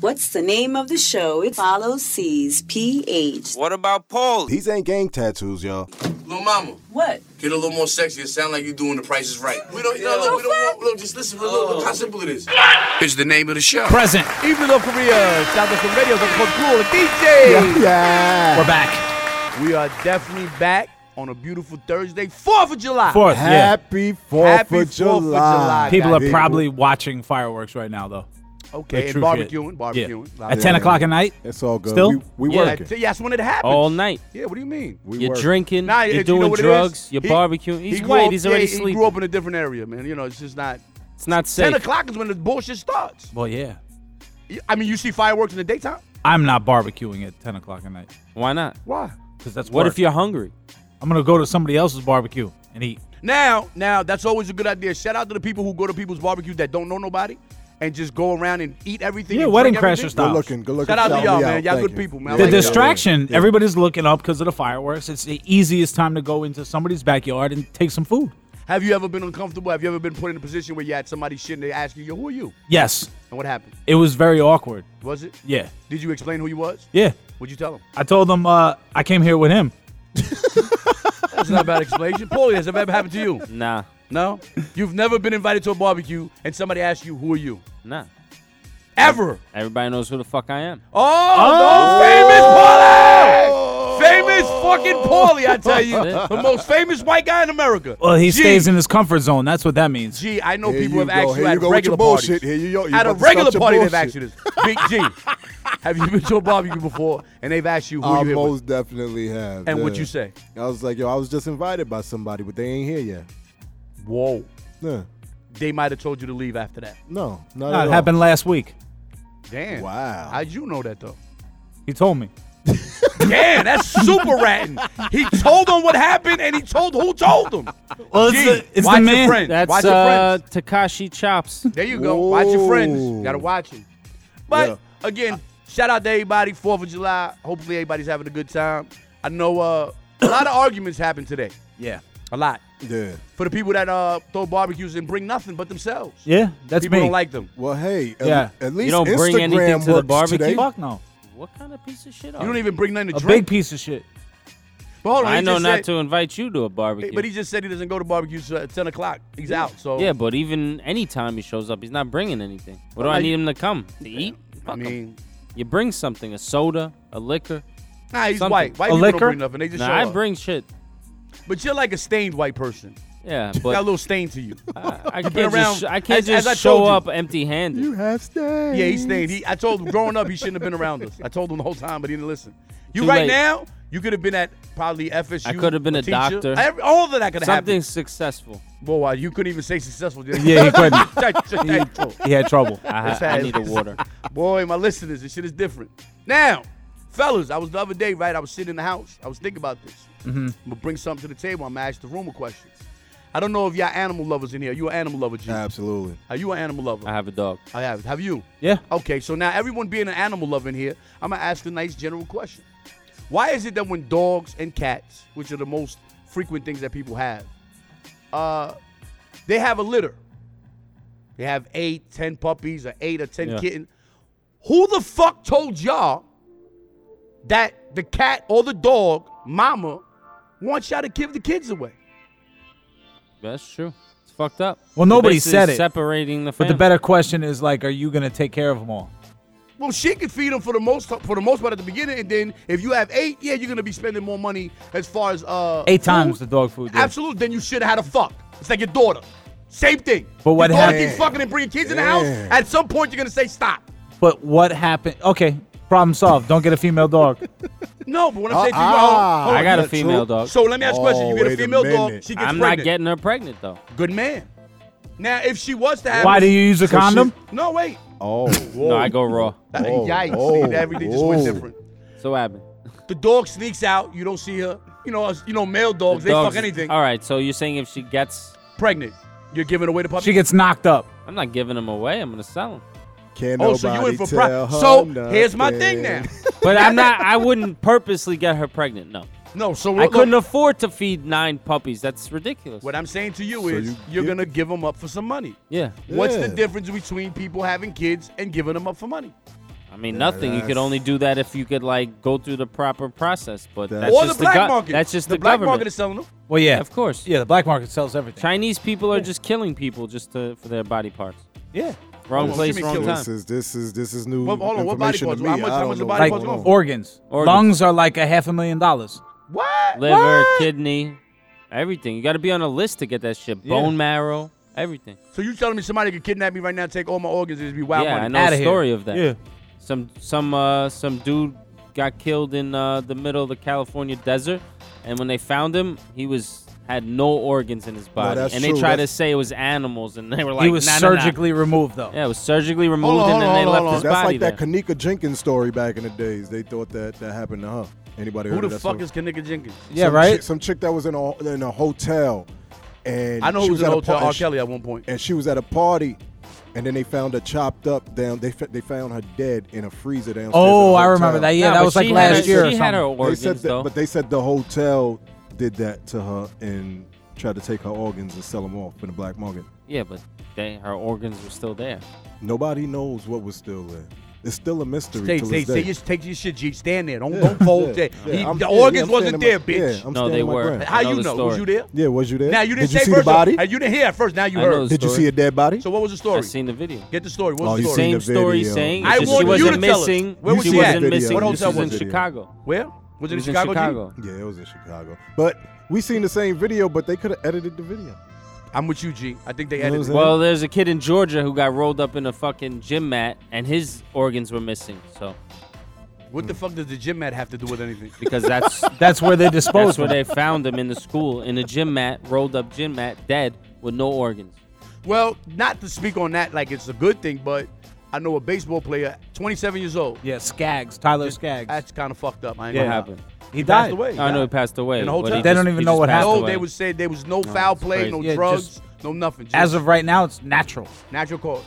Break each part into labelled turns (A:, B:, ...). A: What's the name of the show? It follows C's PH.
B: What about Paul?
C: These ain't gang tattoos, y'all.
D: Little mama,
A: What?
D: get a little more sexy. It sound like you doing the prices right. We don't, no, look, we don't want, look, just listen, look, look
E: Oh.
D: how simple it is. It's the name of the show.
F: Present.
G: Evening of Korea, South African Radio, Dr. Cold Cool, DJ.
C: Yeah.
F: We're back.
G: We are definitely back on a beautiful Thursday, 4th of July.
F: Fourth. Yeah.
C: Happy 4th
G: Happy
C: of
G: 4th of
C: July.
G: July,
F: People are
C: People-
F: probably watching fireworks right now, though.
G: Okay,
F: Like
G: and
F: true shit.
G: barbecuing,
F: Yeah.
G: barbecuing.
F: At 10 o'clock at night?
C: It's all good.
F: Still?
C: We, we
E: Yeah.
C: working.
G: Yeah, that's when it happens.
E: All night.
G: Yeah, what do you mean?
C: We
E: You're
C: working.
E: drinking.
G: Nah,
E: you're
G: you know
E: doing
G: what it
E: drugs.
G: is?
E: You're
G: He-
E: barbecuing. He's
G: he grew
E: white.
G: up-
E: he's
G: yeah,
E: already
G: He
E: sleeping.
G: grew up in a different area, man. You know, it's just not.
E: it's not
G: 10
E: safe.
G: o'clock is when the bullshit starts.
F: Well, yeah.
G: You- I mean, you see fireworks in the daytime?
F: I'm not barbecuing at 10 o'clock at night.
E: Why not?
G: Why?
F: Because that's
E: What
F: work.
E: if you're hungry?
F: I'm going to go to somebody else's barbecue and eat.
G: Now, now that's always a good idea. Shout out to the people who go to people's barbecues that don't know nobody and just go around and eat everything.
F: Yeah,
G: and
F: wedding
G: drink everything.
F: crasher style.
C: Good looking. Good looking.
G: Shout out to
C: Shout
G: y'all,
C: me
G: man.
C: out.
G: Y'all
C: Thank you.
G: good people, man. I
F: The
G: like y'all.
F: distraction. Everybody's looking up because of the fireworks. It's the easiest time to go into somebody's backyard and take some food.
G: Have you ever been uncomfortable? Have you ever been put in a position where you had somebody shit and they ask you, yo, who are you?
F: Yes,
G: And what happened?
F: it was very awkward.
G: Was it?
F: Yeah,
G: Did you explain who you was?
F: yeah.
G: What'd you tell them?
F: I told them uh, I came here with him.
G: That's not a bad explanation. Paulie, has that ever happened to you?
E: Nah,
G: No? You've never been invited to a barbecue and somebody asks you, who are you?
E: nah.
G: Ever.
E: Everybody knows who the fuck I am.
G: Oh, no, famous Paulie! Famous fucking Paulie, I tell you. the most famous white guy in America.
F: Well, he
G: Gee,
F: stays in his comfort zone. That's what that means.
G: Gee, I know
C: Here
G: people
C: you
G: have
C: go.
G: asked
C: Here
G: you
C: you
G: at
C: go with
G: regular
C: your bullshit.
G: parties.
C: Here you go. You
G: At a
C: about to
G: regular
C: start your
G: party, they've
C: bullshit.
G: asked you this. Big G, have you been to a barbecue before and they've asked you who
C: I
G: you are?
C: most definitely have.
G: Oh, And
C: yeah.
G: what you say?
C: I was like, yo, I was just invited by somebody, but they ain't here yet.
G: Whoa.
C: Yeah.
G: They might have told you to leave after that.
C: No, not
F: No,
C: at
F: it
C: all.
F: happened last week.
G: Damn.
C: Wow.
G: How'd you know that though?
F: He told me.
G: Damn, that's super ratting. He told them what happened and he told who told them.
F: Well, it's
G: Gee,
F: the, it's
G: watch
F: the
G: your
F: man.
G: friends.
E: That's
G: Watch your
E: uh,
G: friends.
E: Takashi Chops.
G: There you go. Watch your friends.
C: Whoa.
G: Gotta watch it. But
C: Yeah.
G: again, shout out to everybody. Fourth of July. Hopefully everybody's having a good time. I know uh, a lot of arguments happened today.
F: Yeah.
G: A lot.
C: Yeah.
G: For the people that uh, throw barbecues and bring nothing but themselves.
F: Yeah, that's
G: people
F: me.
G: don't like them.
C: Well, hey. at-
F: Yeah.
C: At least
E: don't bring
C: Instagram
E: anything to the
C: works
E: barbecue?
C: today.
F: Fuck no.
E: What kind of piece of shit are
G: You don't even bring nothing to
F: A
G: drink.
F: big piece of shit.
G: but hold on,
E: I
G: he
E: know
G: just
E: not
G: said-
E: to invite you to a barbecue.
G: But he just said he doesn't go to barbecues uh, at 10 o'clock. He's out. So
E: yeah, but even any time he shows up, he's not bringing anything. What do
G: Well,
E: I
G: I-
E: need him to come to eat?
G: I
E: Fuck him.
G: mean,
E: you bring something, a soda, a liquor.
G: nah, he's
E: Something.
G: white. White
F: A
G: people
F: liquor?
G: don't bring nothing. They just
E: Nah,
G: show
E: I
G: up.
E: bring shit.
G: But you're like a stained white person.
E: Yeah,
G: Got a
E: but
G: little stain to you.
E: I, I
G: been
E: can't
G: around-
E: just, sh- I can't
G: as- as
E: just
G: I told
E: show
G: you.
E: up empty-handed.
C: You have stayed.
G: yeah, he's stained. He, I told him growing up he shouldn't have been around us. I told him the whole time, but he didn't listen. You
E: Too
G: right
E: late.
G: now, you could have been at probably FSU.
E: I could have been a
G: teacher.
E: doctor.
G: Every- all of that could have
E: Something
G: happened.
E: successful.
G: Boy, wow, you couldn't even say successful. did you?
F: Yeah, he couldn't.
G: Touch your title.
F: He had trouble.
E: I,
G: This
E: I
G: has-
E: need a water.
G: Boy, my listeners, this shit is different. Now, fellas, I was the other day, right? I was sitting in the house. I was thinking about this.
E: Mm-hmm.
G: I'm gonna bring something to the table. I'm gonna ask the room a question. I don't know if y'all animal lovers in here. You an animal lover, G?
C: Absolutely.
G: Are you an animal lover?
E: I have a dog.
G: I have. Have you?
F: Yeah.
G: Okay, so now everyone being an animal lover in here, I'm gonna ask a nice general question. Why is it that when dogs and cats, which are the most frequent things that people have, uh, they have a litter? They have eight, ten puppies, or eight or ten
E: Yeah.
G: kittens. Who the fuck told y'all that the cat or the dog, mama, wants y'all to give the kids away?
E: That's true. It's fucked up. They're
F: Well, nobody
E: basically
F: said it,
E: Separating the
F: But
E: family.
F: the better question is like, are you gonna take care of them all?
G: Well, she could feed them for the most for the most part at the beginning, and then if you have eight, yeah, you're gonna be spending more money as far as uh
F: Eight times the
G: food.
F: dog food. yeah.
G: Absolutely. Then you should have had a fuck. It's like your daughter. Same thing.
F: But what
G: your daughter
F: happened-
G: keeps fucking and bringing kids in the house.
C: Damn.
G: At some point, you're gonna say stop.
F: But what happened? Okay, problem solved. Don't get a female dog.
G: No, but what I'm saying to you, uh,
C: Ah,
G: hold on,
E: I got a
C: Isn't that
E: female
C: true?
E: dog.
G: Oh, So let me ask you a question. You
C: Oh,
G: get a
C: wait a
G: female dog,
C: minute.
G: she gets
E: I'm
G: pregnant.
E: not getting her pregnant though.
G: Good man. Now, if she was to have,
F: Why do you use a
C: So she-
F: condom?
G: No, wait.
C: Oh.
E: No, I go raw.
C: Whoa,
G: Yikes!
C: whoa,
G: See, everything just went
C: whoa.
G: different.
E: So what happened?
G: The dog sneaks out. You don't see her. You know, us- you know, male dogs.
E: The
G: they
E: dog's-
G: fuck anything.
E: All right. So you're saying if she gets,
G: Pregnant. You're giving away the puppy.
F: She gets knocked up.
E: I'm not giving him away. I'm gonna sell him.
C: Can't
G: Oh,
C: nobody
G: so you in for
C: tell
G: pro-
C: her
G: So here's my
C: nothing.
G: thing now.
E: But I'm not. I wouldn't purposely get her pregnant. No.
G: No, so
E: I
G: look,
E: couldn't afford to feed nine puppies. That's ridiculous.
G: What I'm saying to you
C: So
G: is
C: you
G: you are
C: give-
G: gonna give them up for some money.
E: Yeah.
G: What's the
C: Yeah.
G: difference between people having kids and giving them up for money?
E: I mean, nothing. You could
C: that's-
E: only do that if you could like go through the proper process. But
C: That's-
E: that's
G: or the
E: just
G: black
E: the go-
G: market.
E: That's just
G: the,
E: the,
G: black
E: government.
G: market is selling them.
F: Well, yeah,
E: of course.
F: Yeah, the black market sells everything.
E: Chinese people are just killing people just to, for their body parts.
F: Yeah,
E: Wrong
G: Well,
E: place,
G: Jimmy
E: wrong
G: Kimmel
E: time.
C: This is this is this is new
G: Well, hold on, what body
C: information
G: parts?
C: to me.
G: How much-
C: I
G: how
C: don't
G: much the
C: know
G: body
F: like
C: what's
G: parts
C: going on.
F: organs.
E: Organs.
F: Lungs are like a half a million dollars.
G: What?
E: Liver,
G: What?
E: kidney, everything. You got to be on a list to get that shit. Bone marrow, everything.
G: So you telling me somebody could kidnap me right now, take all my organs, and just be wild
E: yeah,
G: money?
E: I know
F: Outta
E: a
F: here.
E: story of that.
F: Yeah.
E: Some some uh some dude got killed in uh, the middle of the California desert, and when they found him, he was had no organs in his body,
C: that's
E: and they
C: true.
E: tried
C: That's-
E: to say it was animals, and they were like,
F: he was
E: nah, nah, nah."
F: surgically removed though.
E: Yeah, it was surgically removed, and
G: on, hold on,
E: then they
G: hold
E: left
G: on,
E: his
C: That's
E: body
C: like that
E: there.
C: Kanika Jenkins story back in the days. They thought that that happened to her. Anybody
G: Who
C: heard of
G: the
C: that
G: fuck
C: story?
G: is Kanika Jenkins?
F: Yeah,
C: some
F: right.
C: Chick, some chick that was in a in a hotel, and
G: I know
C: she
G: who was in
C: at
G: the
C: a
G: hotel.
C: par-
G: R.
C: and she-
G: Kelly at one point.
C: and she was at a party, and then they found her chopped up down. They fa- they found her dead in a freezer downstairs.
F: oh,
C: at a
F: I remember
C: hotel.
F: that. Yeah,
E: Nah,
F: that
E: but
F: was like
E: she had
F: last
E: her-
F: year. or
E: She had her
F: something.
C: They
E: organs
C: said that,
E: though.
C: but they said the hotel did that to her and tried to take her organs and sell them off in the black market.
E: yeah, but they her organs were still there.
C: Nobody knows what was still there. It's still a mystery.
G: Stay,
C: till
G: stay,
C: this
G: stay,
C: day.
G: your, take your shit, G. Stand there. Don't,
C: Yeah,
G: don't fold
C: yeah,
G: there.
C: yeah,
G: He-
C: I'm-
G: the
C: yeah,
G: organs
C: I'm
G: wasn't there,
C: standing my-
G: bitch.
C: Yeah, I'm
E: No, they
C: standing my
E: were.
C: ground.
G: How
E: I know
G: you
E: the
G: know? Was you
E: story.
G: there?
C: Yeah, was you there?
G: Now you didn't
C: Did you
G: say
C: see
G: first.
C: the body?
G: Uh, You didn't hear at first. Now you
E: I know
G: heard.
E: the
C: Did you
E: story.
C: see a dead body?
G: So what was the story?
E: I seen the video.
G: Get the story. What
C: Oh,
G: was
C: you
G: the story?
C: seen
E: Same
C: the
E: story,
C: video.
E: saying
G: I
E: it's just she
G: want you
E: wasn't
G: to tell us.
E: missing.
G: Where was
E: she
G: she at?
E: wasn't missing.
G: What hotel
E: she was
G: was
E: in
C: it in?
E: Chicago.
G: Where? Was
E: She
G: it in
E: was in
G: Chicago? G?
E: Chicago.
C: Yeah, it was in Chicago. But we seen the same video, but they could have edited the video.
G: I'm with you, G. I think they
C: You know
G: edited.
C: what
G: it.
C: I'm
E: Well, there's a kid in Georgia who got rolled up in a fucking gym mat, and his organs were missing. So
G: What the fuck does the gym mat have to do with anything?
E: because that's
F: That's where they
E: that's
F: disposed
E: where
F: of
E: they
F: it.
E: found him in the school in a gym mat, rolled up gym mat, dead with no organs.
G: Well, not to speak on that like it's a good thing, but I know a baseball player, 27 years old.
F: Yeah, Skaggs, Tyler Skaggs.
G: That's kind of fucked up. I ain't
F: Yeah.
G: gonna lie.
E: happened?
F: he
G: passed
F: died.
G: away.
E: I
G: Yeah.
E: know he passed away.
G: In a
E: but
G: hotel.
E: he
G: They
E: just-
F: don't even
E: he
F: know
E: just
F: what
E: passed
F: happened.
G: No,
E: away.
G: they would say there was no foul
E: it's
G: play,
E: crazy.
G: no
F: Yeah,
G: drugs,
F: just-
G: no nothing. Just
F: As of right now, it's natural.
G: natural cause.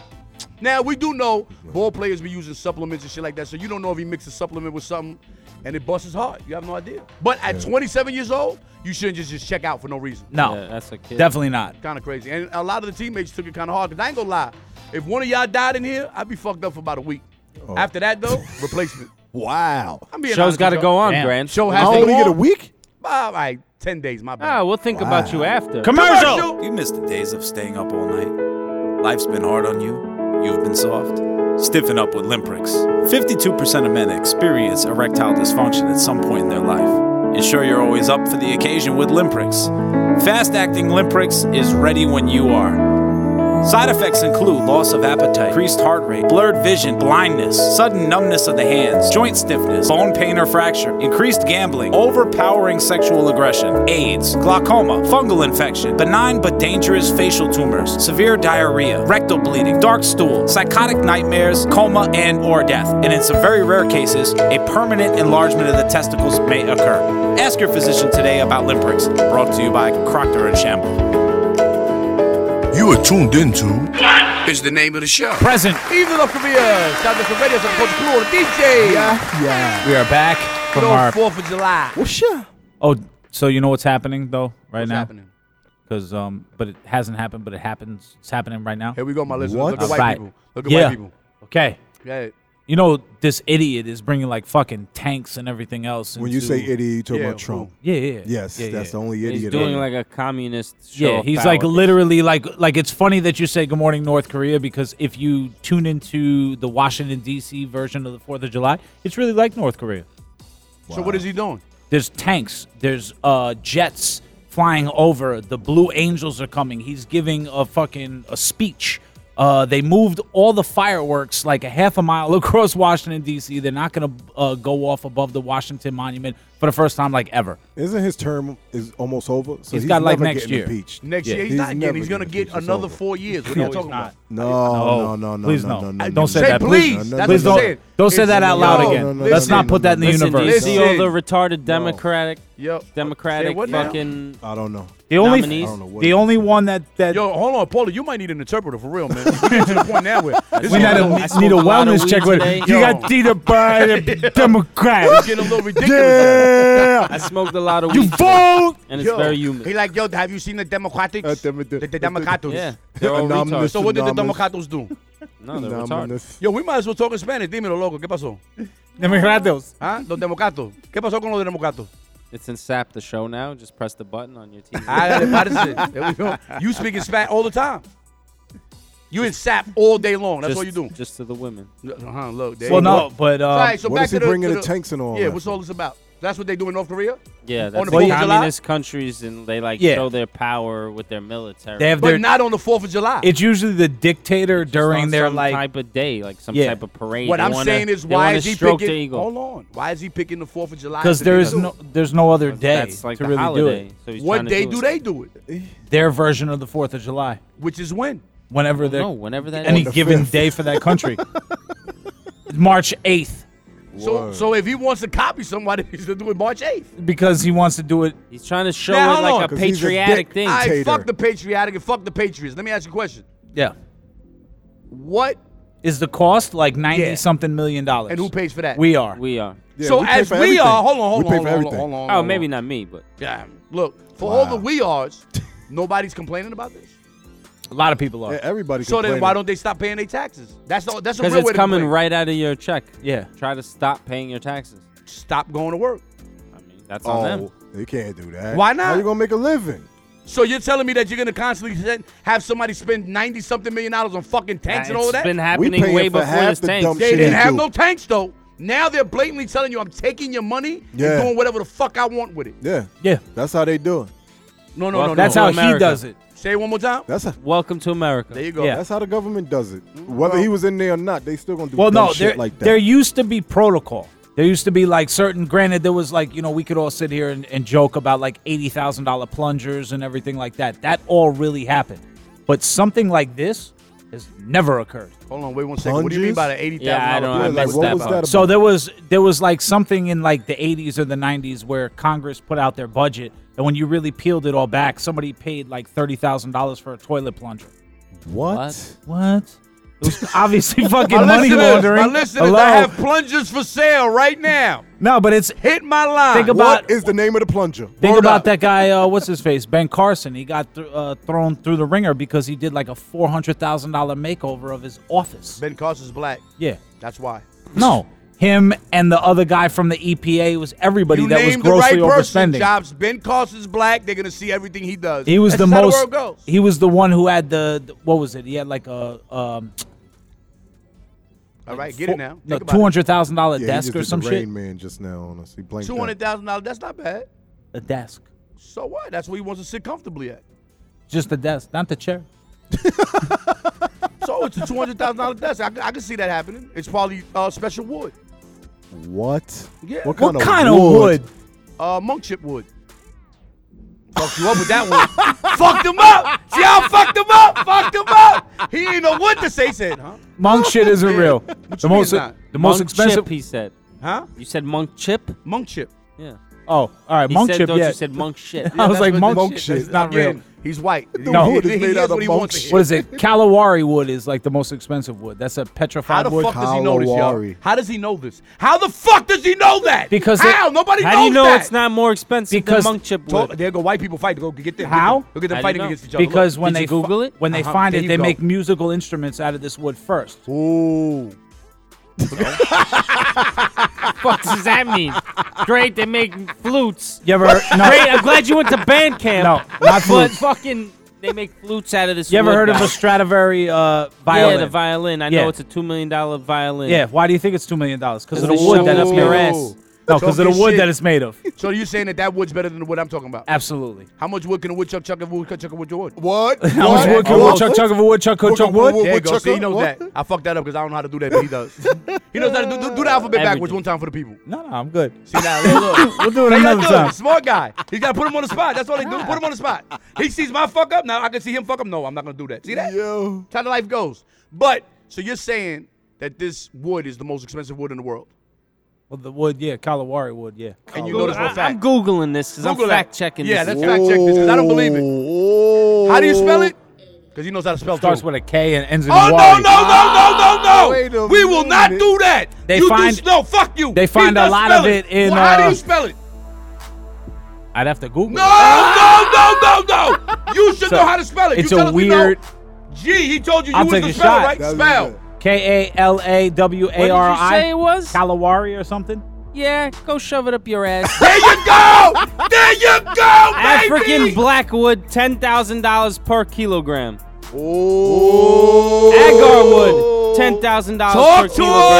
G: Now we do know ball players be using supplements and shit like that, so you don't know if he mixed a supplement with something, and it busts his heart. You have no idea. But at 27 years old, you shouldn't just just check out for no reason.
F: No,
E: Yeah, that's a kid.
F: definitely not.
G: Kind of crazy, and a lot of the teammates took it kind of hard. Cause I ain't gonna lie, if one of y'all died in here, I'd be fucked up for about a week.
D: Oh.
G: After that though, replacement.
C: Wow.
G: I'm being
E: Show's got to go on,
F: Damn.
E: Grant.
G: Show
C: I
G: has to
C: only
G: go
C: get a
G: on.
C: week?
G: All right, 10 days. My bad.
E: Ah, we'll think about you after.
F: Commercial.
B: You missed the days of staying up all night. Life's been hard on you. You've been soft. Stiffen up with Limprix. 52% of men experience erectile dysfunction at some point in their life. Ensure you're always up for the occasion with Limprix. Fast acting Limprix is ready when you are. Side effects include loss of appetite, increased heart rate, blurred vision, blindness, sudden numbness of the hands, joint stiffness, bone pain or fracture, increased gambling, overpowering sexual aggression, AIDS, glaucoma, fungal infection, benign but dangerous facial tumors, severe diarrhea, rectal bleeding, dark stool, psychotic nightmares, coma and or death. And in some very rare cases, a permanent enlargement of the testicles may occur. Ask your physician today about Limprix, brought to you by Procter and Gamble.
E: Oh.
D: You are tuned into. Is the name of the show.
F: Present.
G: Evening of Korea. Shout out to Radio, shout out to Coach Clue, the DJ.
C: Yeah.
F: We are back from
G: Good old
F: our.
G: 4th of July. What's
C: What's up?
F: Oh, so you know what's happening though right now?
G: happening?
F: Because um, but it hasn't happened, but it happens. It's happening right now.
G: Here we go, my listeners.
C: What?
G: Look at white
F: Alright.
G: people. Look at
F: yeah.
G: white people.
F: Okay.
G: Yeah.
F: You know this idiot is bringing like fucking tanks and everything else.
C: When you
F: into-
C: say idiot, you talk
G: Yeah,
C: about Trump.
G: who?
F: yeah, yeah,
C: Yes,
F: yeah,
C: that's
F: yeah.
C: the only idiot.
E: He's
C: I
E: doing
C: know.
E: like a communist show.
F: Yeah,
E: of
F: he's like
E: power.
F: literally like like it's funny that you say good morning North Korea because if you tune into the Washington D.C. version of the Fourth of July, it's really like North Korea.
G: So what is he doing?
F: There's tanks. There's uh, jets flying over. The Blue Angels are coming. He's giving a fucking a speech. Uh, they moved all the fireworks like a half a mile across Washington D.C. They're not gonna uh, go off above the Washington Monument for the first time like ever.
C: Isn't his term is almost over? So
F: He's got, like,
C: never
F: next
C: getting
F: year.
C: Impeached.
G: Next
F: Yeah.
G: year, he's,
C: He's
G: not
C: never
G: getting. He's going to
C: getting
G: get
C: impeached. It's
G: another
C: over.
G: four years. What are you talking about?
C: Oh, No, no, no, no,
F: Oh, please
C: no,
F: no.
C: no, no,
F: Don't say
G: Say
F: that.
G: please.
F: no.
G: That's
F: please
G: what I'm
F: don't.
G: saying.
F: Don't say
G: It's-
F: that out loud
G: No,
F: again.
G: no, no,
F: Let's
C: no,
F: not
C: no,
F: put
C: no,
F: that in the
E: Listen, do you
F: universe.
E: see all the retarded Democratic,
G: Yo, what- say
E: Democratic
G: what now?
E: fucking
C: I don't know.
F: The only
E: nominees?
C: I don't know what-
F: the only one that that
G: Yo, hold on, Paulie. You might need an interpreter for real, man. We're getting to the point now where this
F: we
G: is
F: need
G: getting
F: a,
G: a little-
E: smoked
F: need
E: a
F: a
E: lot of
F: wellness
E: weed
F: check with.
E: today.
G: Yo.
F: You got Dita by the
G: it's
F: Democrats.
G: getting a little ridiculous.
C: Yeah.
E: I smoked a lot of
F: You
E: weed,
F: vote.
E: and it's
G: Yo,
E: very humid.
G: He like, yo, have you seen the Democrats?
C: Uh,
G: The,
C: dem-
G: the
C: the-
G: Democrats.
E: Yeah, they're all retards.
C: Anonymous.
G: So what did the
C: Anonymous.
G: Democrats do?
E: No, they're
C: Nah, man,
E: retarded.
C: that's-
G: Yo, we might as well talk in Spanish. Dímelo, loco, ¿qué pasó?
F: Democratos.
G: ¿Ah? Los democatos. ¿Qué pasó con los democatos?
E: It's in Sap the show now. Just press the button on your TV.
G: Hágale, párese. There we go. You speak in Spanish all the time. You in sap all day long. That's
E: just,
G: all you do.
E: Just to the women.
G: Uh-huh, look, there
F: Well,
G: you
F: no,
G: go.
F: but
G: All
F: uh,
G: right, so
C: What
G: back
C: is he
G: to the,
C: bringing
G: to
C: the tanks and all
G: Yeah,
C: that
G: what's
C: for?
G: all this about? That's what they do in North Korea.
E: Yeah,
G: On
E: that's
G: the
E: the
G: 4th of July?
E: communist countries, and they like
F: Yeah.
E: show their power with their military.
F: they have
G: But
F: their.
G: not on the Fourth of July.
F: It's usually the dictator
E: Just
F: during
E: on
F: their
E: some
F: like.
E: type of day, like some
F: Yeah.
E: type of parade.
G: what
E: They
G: I'm
E: wanna-
G: saying is,
E: they
G: why
E: wanna
G: is he
E: stroke the
G: picking?
E: ego.
G: Hold on. Why is he picking the Fourth of July?
F: Because
G: to do
F: there is
G: that?
F: no, there's no other day
E: That's like
F: to
E: the
F: really
E: holiday.
F: do it.
E: So he's
G: What
E: trying to
G: day
E: do,
G: do
E: it.
G: they do it?
F: Their version of the Fourth of July,
G: Which is when?
F: whenever
E: No,
F: they're
E: whenever that
F: any
E: is.
F: given day for that country. March eighth,
G: So, so if he wants to copy somebody, he's gonna do it March eighth.
F: because he wants to do it.
E: He's trying to show
G: Now,
E: it
G: hold on,
E: like a
C: 'cause he's a
E: patriotic
C: dick.
E: thing.
G: I
C: Tater.
G: fuck the patriotic and fuck the patriots. Let me ask you a question.
F: Yeah,
G: What
F: is the cost like ninety
G: Yeah.
F: something million dollars?
G: and who pays for that?
F: We are.
E: we are.
C: Yeah,
G: so
C: we pay
G: as
C: for
G: we
C: everything.
G: are, hold on, hold
C: we
G: on,
C: pay
G: hold
C: for
G: on,
C: everything.
G: hold on, hold on.
E: Oh,
G: hold
E: maybe
G: on.
E: not me, but
G: Yeah. Look, for all the
C: Wow.
G: we are's, nobody's complaining about this.
F: a lot of people are.
C: Yeah, everybody.
G: So then,
C: complaining.
G: why don't they stop paying their taxes? That's the, that's a
E: because
G: real way
E: it's
G: to
E: coming
G: complain.
E: right out of your check.
F: Yeah.
E: Try to stop paying your taxes.
G: Stop going to work.
E: I mean, that's on them.
C: Oh, they can't do that.
G: Why
C: How
G: not?
C: you gonna make a living?
G: So you're telling me that you're gonna constantly send, have somebody spend ninety something million dollars on fucking tanks and all
E: it's
G: that?
E: been
C: We
E: happening
C: paying
E: way
C: for
E: before
C: half
E: this
C: the
E: tank.
C: dumb
G: they
C: shit
G: didn't
C: he
G: have
C: do.
G: no tanks though. Now they're blatantly telling you, "I'm taking your money
C: Yeah.
G: and doing whatever the fuck I want with it."
C: Yeah,
F: Yeah,
C: that's how they do it.
G: No, no,
E: Well,
G: no, no.
F: that's
E: to
F: how he
E: America.
F: does it.
G: Say it one more time.
C: That's how,
E: Welcome to America.
G: There you go.
F: Yeah.
C: that's how the government does it.
G: Mm,
C: Whether he was in there or not, they still gonna do
F: Well,
C: dumb
F: no, there,
C: shit like that.
F: there used to be protocol. There used to be like certain. Granted, there was like you know we could all sit here and, and joke about like eighty thousand dollar plungers and everything like that. That all really happened, but something like this has never occurred.
G: Hold on, wait one second. What do you mean
C: Plungers?
G: by the eighty thousand?
E: Yeah, I don't.
C: Yeah,
E: I
C: like,
E: missed
C: what
E: that
C: was
E: part.
C: that
F: So there was there was like something in like the 80s or the 90s where Congress put out their budget, and when you really peeled it all back, somebody paid like thirty thousand dollars for a toilet plunger.
C: what?
E: What?
F: What? It was obviously fucking
G: My
F: money
G: listeners,
F: laundering.
G: my listeners,
F: Hello?
G: I have plungers for sale right now.
F: no, but it's
G: Hit my line.
F: Think about-
C: What is the name of the plunger?
F: Think
G: Word
F: about
G: up.
F: that guy. Uh, what's his face? Ben Carson. He got th- uh, thrown through the ringer because he did like a four hundred thousand dollar makeover of his office.
G: Ben Carson's black.
F: Yeah,
G: That's why.
F: no, him and the other guy from the EPA it was everybody
G: you
F: that was
G: named the right
F: grossly
G: person.
F: overspending.
G: Jobs. Ben Carson's black. They're gonna see everything he does.
F: He was
G: That's
F: the
G: just how
F: most.
G: world goes.
F: He was the one who had the, the- what was it? He had like a um
G: All right, get it now.
F: no,
G: Think about
F: two hundred thousand dollar
C: Yeah, he just
F: desk or
C: did
F: some
C: the
F: shit.
C: Rain Man just now on us. He
G: it.
C: blanked
G: Two hundred thousand dollars. That's not bad.
F: A desk,
G: So what? That's where he wants to sit comfortably at.
F: just a desk, not the chair.
G: So it's a two hundred thousand dollar desk. I, c- I can see that happening. It's probably uh, special wood,
C: out. What?
G: Yeah.
C: What
F: What
C: kind,
F: kind of wood?
G: uh, monk chip wood. Fucked you up with that one. fucked him up. See how I fucked him up? Fucked him up. He ain't know what to say. Said, huh?
F: Monk shit isn't
G: Yeah.
F: real.
G: What
F: The
G: you mean
F: most
G: not?
F: the most
E: monk
F: expensive.
E: Chip, he said.
G: Huh?
E: You said monk chip.
G: Monk chip.
E: Yeah.
F: Oh, all right,
E: He
F: monk
E: said,
F: chip.
E: Thought
F: Yeah,
E: you said monk shit.
F: I was
G: that's
F: like
G: what
F: monk,
G: the-
C: monk
F: shit.
C: shit
F: It's not
G: Again,
F: real.
G: He's white.
F: No.
G: he,
F: wood
C: is
G: he,
C: made
G: is
C: out of
G: what he
C: monk
G: wants to
C: shit.
G: hear.
F: What is it? Kalawari wood is like the most expensive wood. That's a
G: How
F: petrified
G: the
F: wood.
G: fuck does he know this, y'all?
C: Kalawari.
G: How does he know this? How the fuck does he know that?
F: Because it-
G: how nobody
E: How
G: knows
E: do you know
G: that?
E: it's not more expensive
F: Because-
E: than monk chip
G: Talk,
E: wood?
G: there go white people fight. Go get them.
F: How?
G: Get them. Look at
E: I
G: them
E: didn't
G: fighting
E: know.
G: against each other.
F: because
G: Look.
F: when
E: Did
F: they
E: you Google
F: fi-
E: it?
F: when they
G: Uh-huh,
F: find
G: there
F: it,
G: you
F: they
G: go.
F: make musical instruments out of this wood first.
G: Ooh.
E: fuck does that mean? Great, they make flutes.
F: You ever no,
E: Great, I'm glad you went to band camp.
F: No, not
E: but
F: flutes.
E: fucking they make flutes out of this.
F: you ever
E: wood,
F: heard of a
E: guys.
F: Stradivari uh, violin?
E: Yeah, the violin. I
F: Yeah.
E: know it's a two million dollar violin.
F: Yeah, why do you think it's two million dollars? Because of the
E: Because they
F: wood
E: shove
F: that
E: it
F: it's
E: up
F: made
E: your ass.
F: of. No, because of
G: Talking
F: the wood
G: shit.
F: that it's made of.
G: So you're saying that that wood's better than the wood I'm talking about?
F: Absolutely.
G: How much wood can a woodchuck chuck a woodchuck chuck a wood? wood?
C: What?
F: How much wood can a
G: Oh,
F: woodchuck chuck of a woodchuck could chuck
C: wood-
F: wood?
G: There you go.
C: woodchucker?
G: See, he knows
C: What?
G: that. I fucked that up because I don't know how to do that, but he does. he knows how to do, do, do the alphabet backwards
E: Everything.
G: one time for the people.
F: No, no, I'm good.
G: See now, look, look.
F: We'll do it
G: How y'all
F: another
G: doing?
F: time.
G: Smart guy. He's got to put him on the spot. That's all they do. Put him on the spot. He sees my fuck up. Now I can see him fuck up. No, I'm not going to do that. See that?
C: Yo.
G: That's how the life goes. But, so you're saying that this wood is the most expensive wood in the world.
F: Well, the wood, yeah, Kalawari wood, yeah.
G: And you know this for a
E: I, am
G: fact.
E: googling this because I'm
G: Google that.
E: fact checking.
G: Yeah,
E: this.
G: let's fact check this because I don't believe it. How do you spell it? Because he knows how to spell
F: Starts
G: too.
F: with a K and ends in
G: Oh no
F: Wari.
G: no no no
C: Wait
G: no!
C: a
G: We will not
C: minute.
G: do that.
F: They
G: you
F: find-
G: do, no fuck you.
F: they
G: He
F: find a
G: does
F: lot of
G: spell
F: it in,
G: Well, how do
F: uh,
G: you spell it?
F: I'd have to Google.
G: No no no
F: it.
G: no no! You should
F: So,
G: know how to spell it.
F: It's
G: you tell
F: a
G: us we know.
F: weird.
G: G. He told you you
F: I'll
G: was
F: take
G: the
F: a
G: speller,
F: shot.
G: right?
C: That was
G: Spell
C: it.
F: K A L A W A R I.
E: What did you say it was?
F: Kalawari or something?
E: yeah, go shove it up your ass.
G: There you go. There you go,
E: African
G: baby.
E: blackwood, ten thousand dollars per kilogram.
G: Oh.
E: Agarwood, ten thousand dollars
G: Talk
E: per
G: to
E: kilogram.
G: him.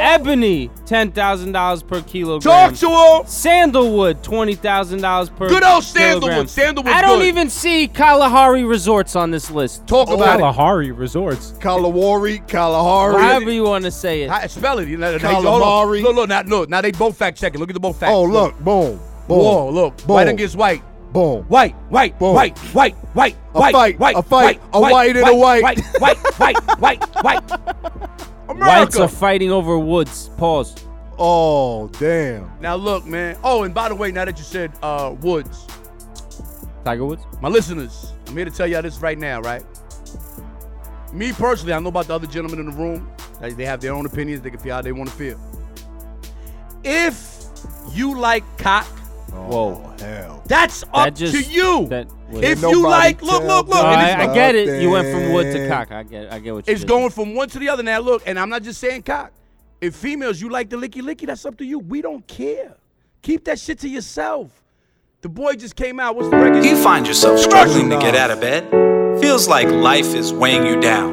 E: Ebony, ten thousand dollars per kilogram.
G: Talk to him.
E: Sandalwood, twenty thousand dollars per.
G: Good old
E: kilogram.
G: Sandalwood. Sandalwood.
E: I don't
G: good.
E: even see Kalahari resorts on this list.
G: talk
F: Oh,
G: about it.
F: Kalahari Resorts.
C: Kalawari, Kalahari.
E: However you want to say it.
G: How, spell it. You know, they- hold on.
C: Calamari.
G: Look, look, now, look. Now they both fact checking. Look at the both facts.
C: Oh, look, boom, boom,
G: Whoa, look.
C: boom,
G: White against white.
C: boom.
G: White, white,
C: Boom.
G: white, white, white,
C: A
G: white,
C: fight,
G: white,
C: a fight, a white and a
G: white, white, white, white, white, white.
E: Whites
G: America.
E: are fighting over woods. Pause.
C: Oh, damn.
G: now look, man. Oh, and by the way, now that you said uh, Woods,
E: Tiger Woods.
G: my listeners, I'm here to tell y'all this right now, right? Me personally, I know about the other gentlemen in the room. They they have their own opinions. They can feel how they want to feel. If you like cock,
C: Whoa. Oh, Hell.
G: that's
E: That
G: up
E: just-
G: to you.
E: that was-
G: if
C: Nobody
G: you like, look, look, look.
C: tell
G: and
C: me
G: it's-
E: I, I get it. You went from wood to
C: nothing.
E: cock. I get. I get what you
G: It's
E: did.
G: going from one to the other. Now look, and I'm not just saying cock. If females you like the licky licky, that's up to you. We don't care. Keep that shit to yourself. The boy just came out. What's the record?
B: Do you find yourself struggling to get out of bed? Feels like life is weighing you down.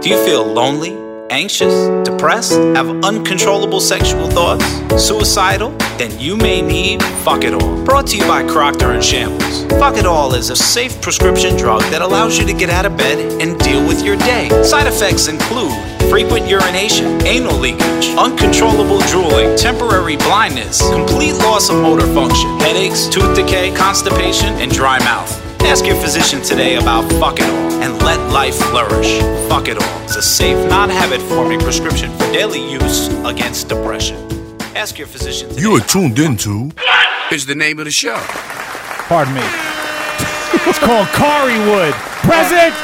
B: Do you feel lonely, anxious, depressed, have uncontrollable sexual thoughts, suicidal? Then you may need Fuck It All. Brought to you by Procter and Shambles. Fuck It All is a safe prescription drug that allows you to get out of bed and deal with your day. Side effects include frequent urination, anal leakage, uncontrollable drooling, temporary blindness, complete loss of motor function, headaches, tooth decay, constipation, and dry mouth. Ask your physician today about Fuck It All and let life flourish. Fuck It All is a safe, non habit forming prescription for daily use against depression. Ask your physician today.
D: You are tuned into. Is the name of the show.
F: Pardon me. it's called Kari Wood. Present.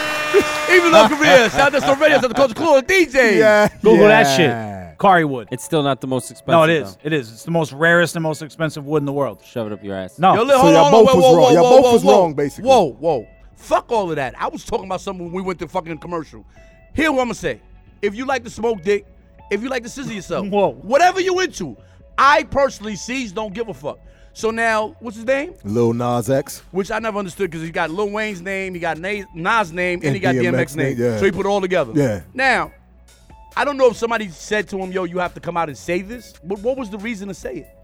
G: Even though careers, not just the radio, the culture, cool DJ.
C: Yeah.
F: Google
C: yeah.
F: that shit. Kari Wood.
E: It's still not the most expensive.
F: no, it is.
E: though.
F: It is. It's the most rarest and most expensive wood in the world.
E: Shove it up your ass.
F: No.
G: Yo, look,
C: So
G: hold
C: y'all
G: on,
C: both
G: whoa,
C: was
G: whoa,
C: wrong.
G: whoa,
C: Y'all
G: whoa,
C: both
G: whoa,
C: was
G: whoa.
C: wrong, basically.
G: Whoa, whoa. Fuck all of that. I was talking about something when we went to fucking commercial. Here, what I'm gonna say: If you like to smoke dick, if you like to scissor yourself,
F: Whoa.
G: whatever you into, I personally sees don't give a fuck. So now, what's his name?
C: Lil Nas X.
G: Which I never understood because he got Lil Wayne's name, he got Na- Nas' name, and,
C: And
G: he got DMX,
C: DMX
G: name.
C: name, yeah.
G: So he put it all together.
C: Yeah.
G: Now, I don't know if somebody said to him, "Yo, you have to come out and say this," but what was the reason to say it?